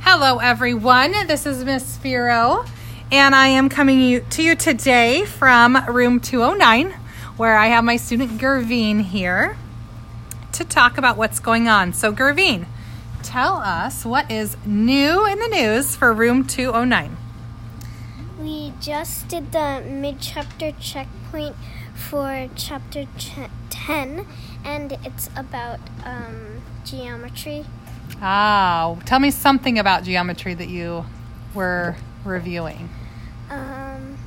Hello, everyone. This is Miss Firo, and I am coming you, to you today from room 209, where I have my student Gervine here to talk about what's going on. So, Gervine, tell us what is new in the news for room 209. We just did the mid chapter checkpoint for chapter ch- 10, and it's about um, geometry. Oh, tell me something about geometry that you were reviewing. Um,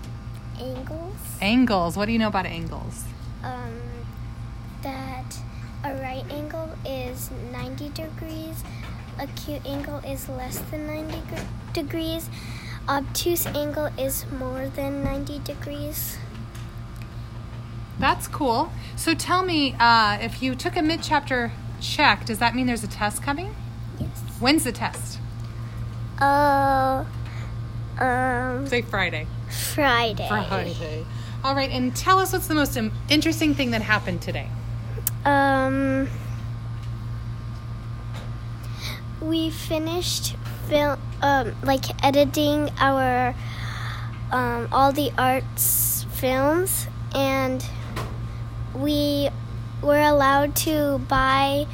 angles. Angles. What do you know about angles? Um, that a right angle is 90 degrees, acute angle is less than 90 gr- degrees, obtuse angle is more than 90 degrees. That's cool. So tell me, uh, if you took a mid chapter check, does that mean there's a test coming? Yes. When's the test? Oh, um, Say Friday. Friday. Friday. All right, and tell us what's the most im- interesting thing that happened today. Um, we finished film, um, like editing our um, all the arts films, and we were allowed to buy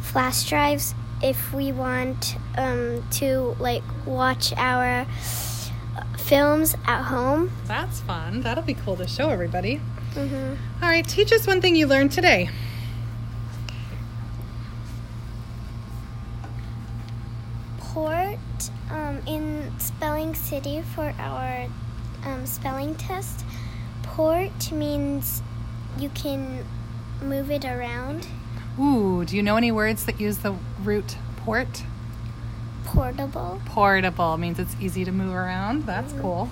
flash drives if we want um, to like watch our uh, films at home. That's fun. That'll be cool to show everybody. hmm Mm-hmm. All right, teach us one thing you learned today. port um, in spelling city for our um, spelling test. Port means you can move it around. Ooh, do you know any words that use the root port? Portable. Portable means it's easy to move around. That's cool.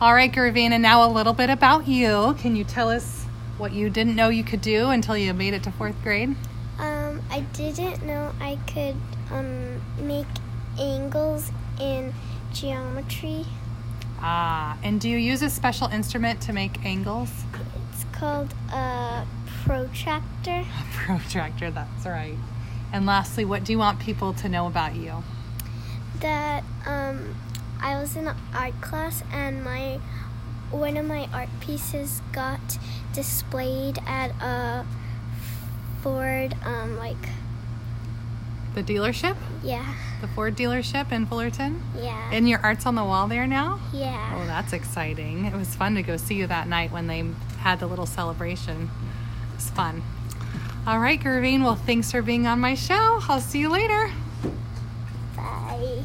All right, Gervina, now a little bit about you. Can you tell us what you didn't know you could do until you made it to fourth grade? Um, I didn't know I could um, make angles in geometry. Ah, and do you use a special instrument to make angles? It's called a protractor. A protractor, that's right. And lastly, what do you want people to know about you? that um, I was in an art class and my one of my art pieces got displayed at a Ford um, like The dealership? yeah The Ford dealership in Fullerton? yeah And your art's on the wall there now? Oh, yeah that's exciting. It was fun to go see you that night when they had the little celebration. It was fun. All right, Gervine. Well, thanks for being on my show. I'll see you later. bye.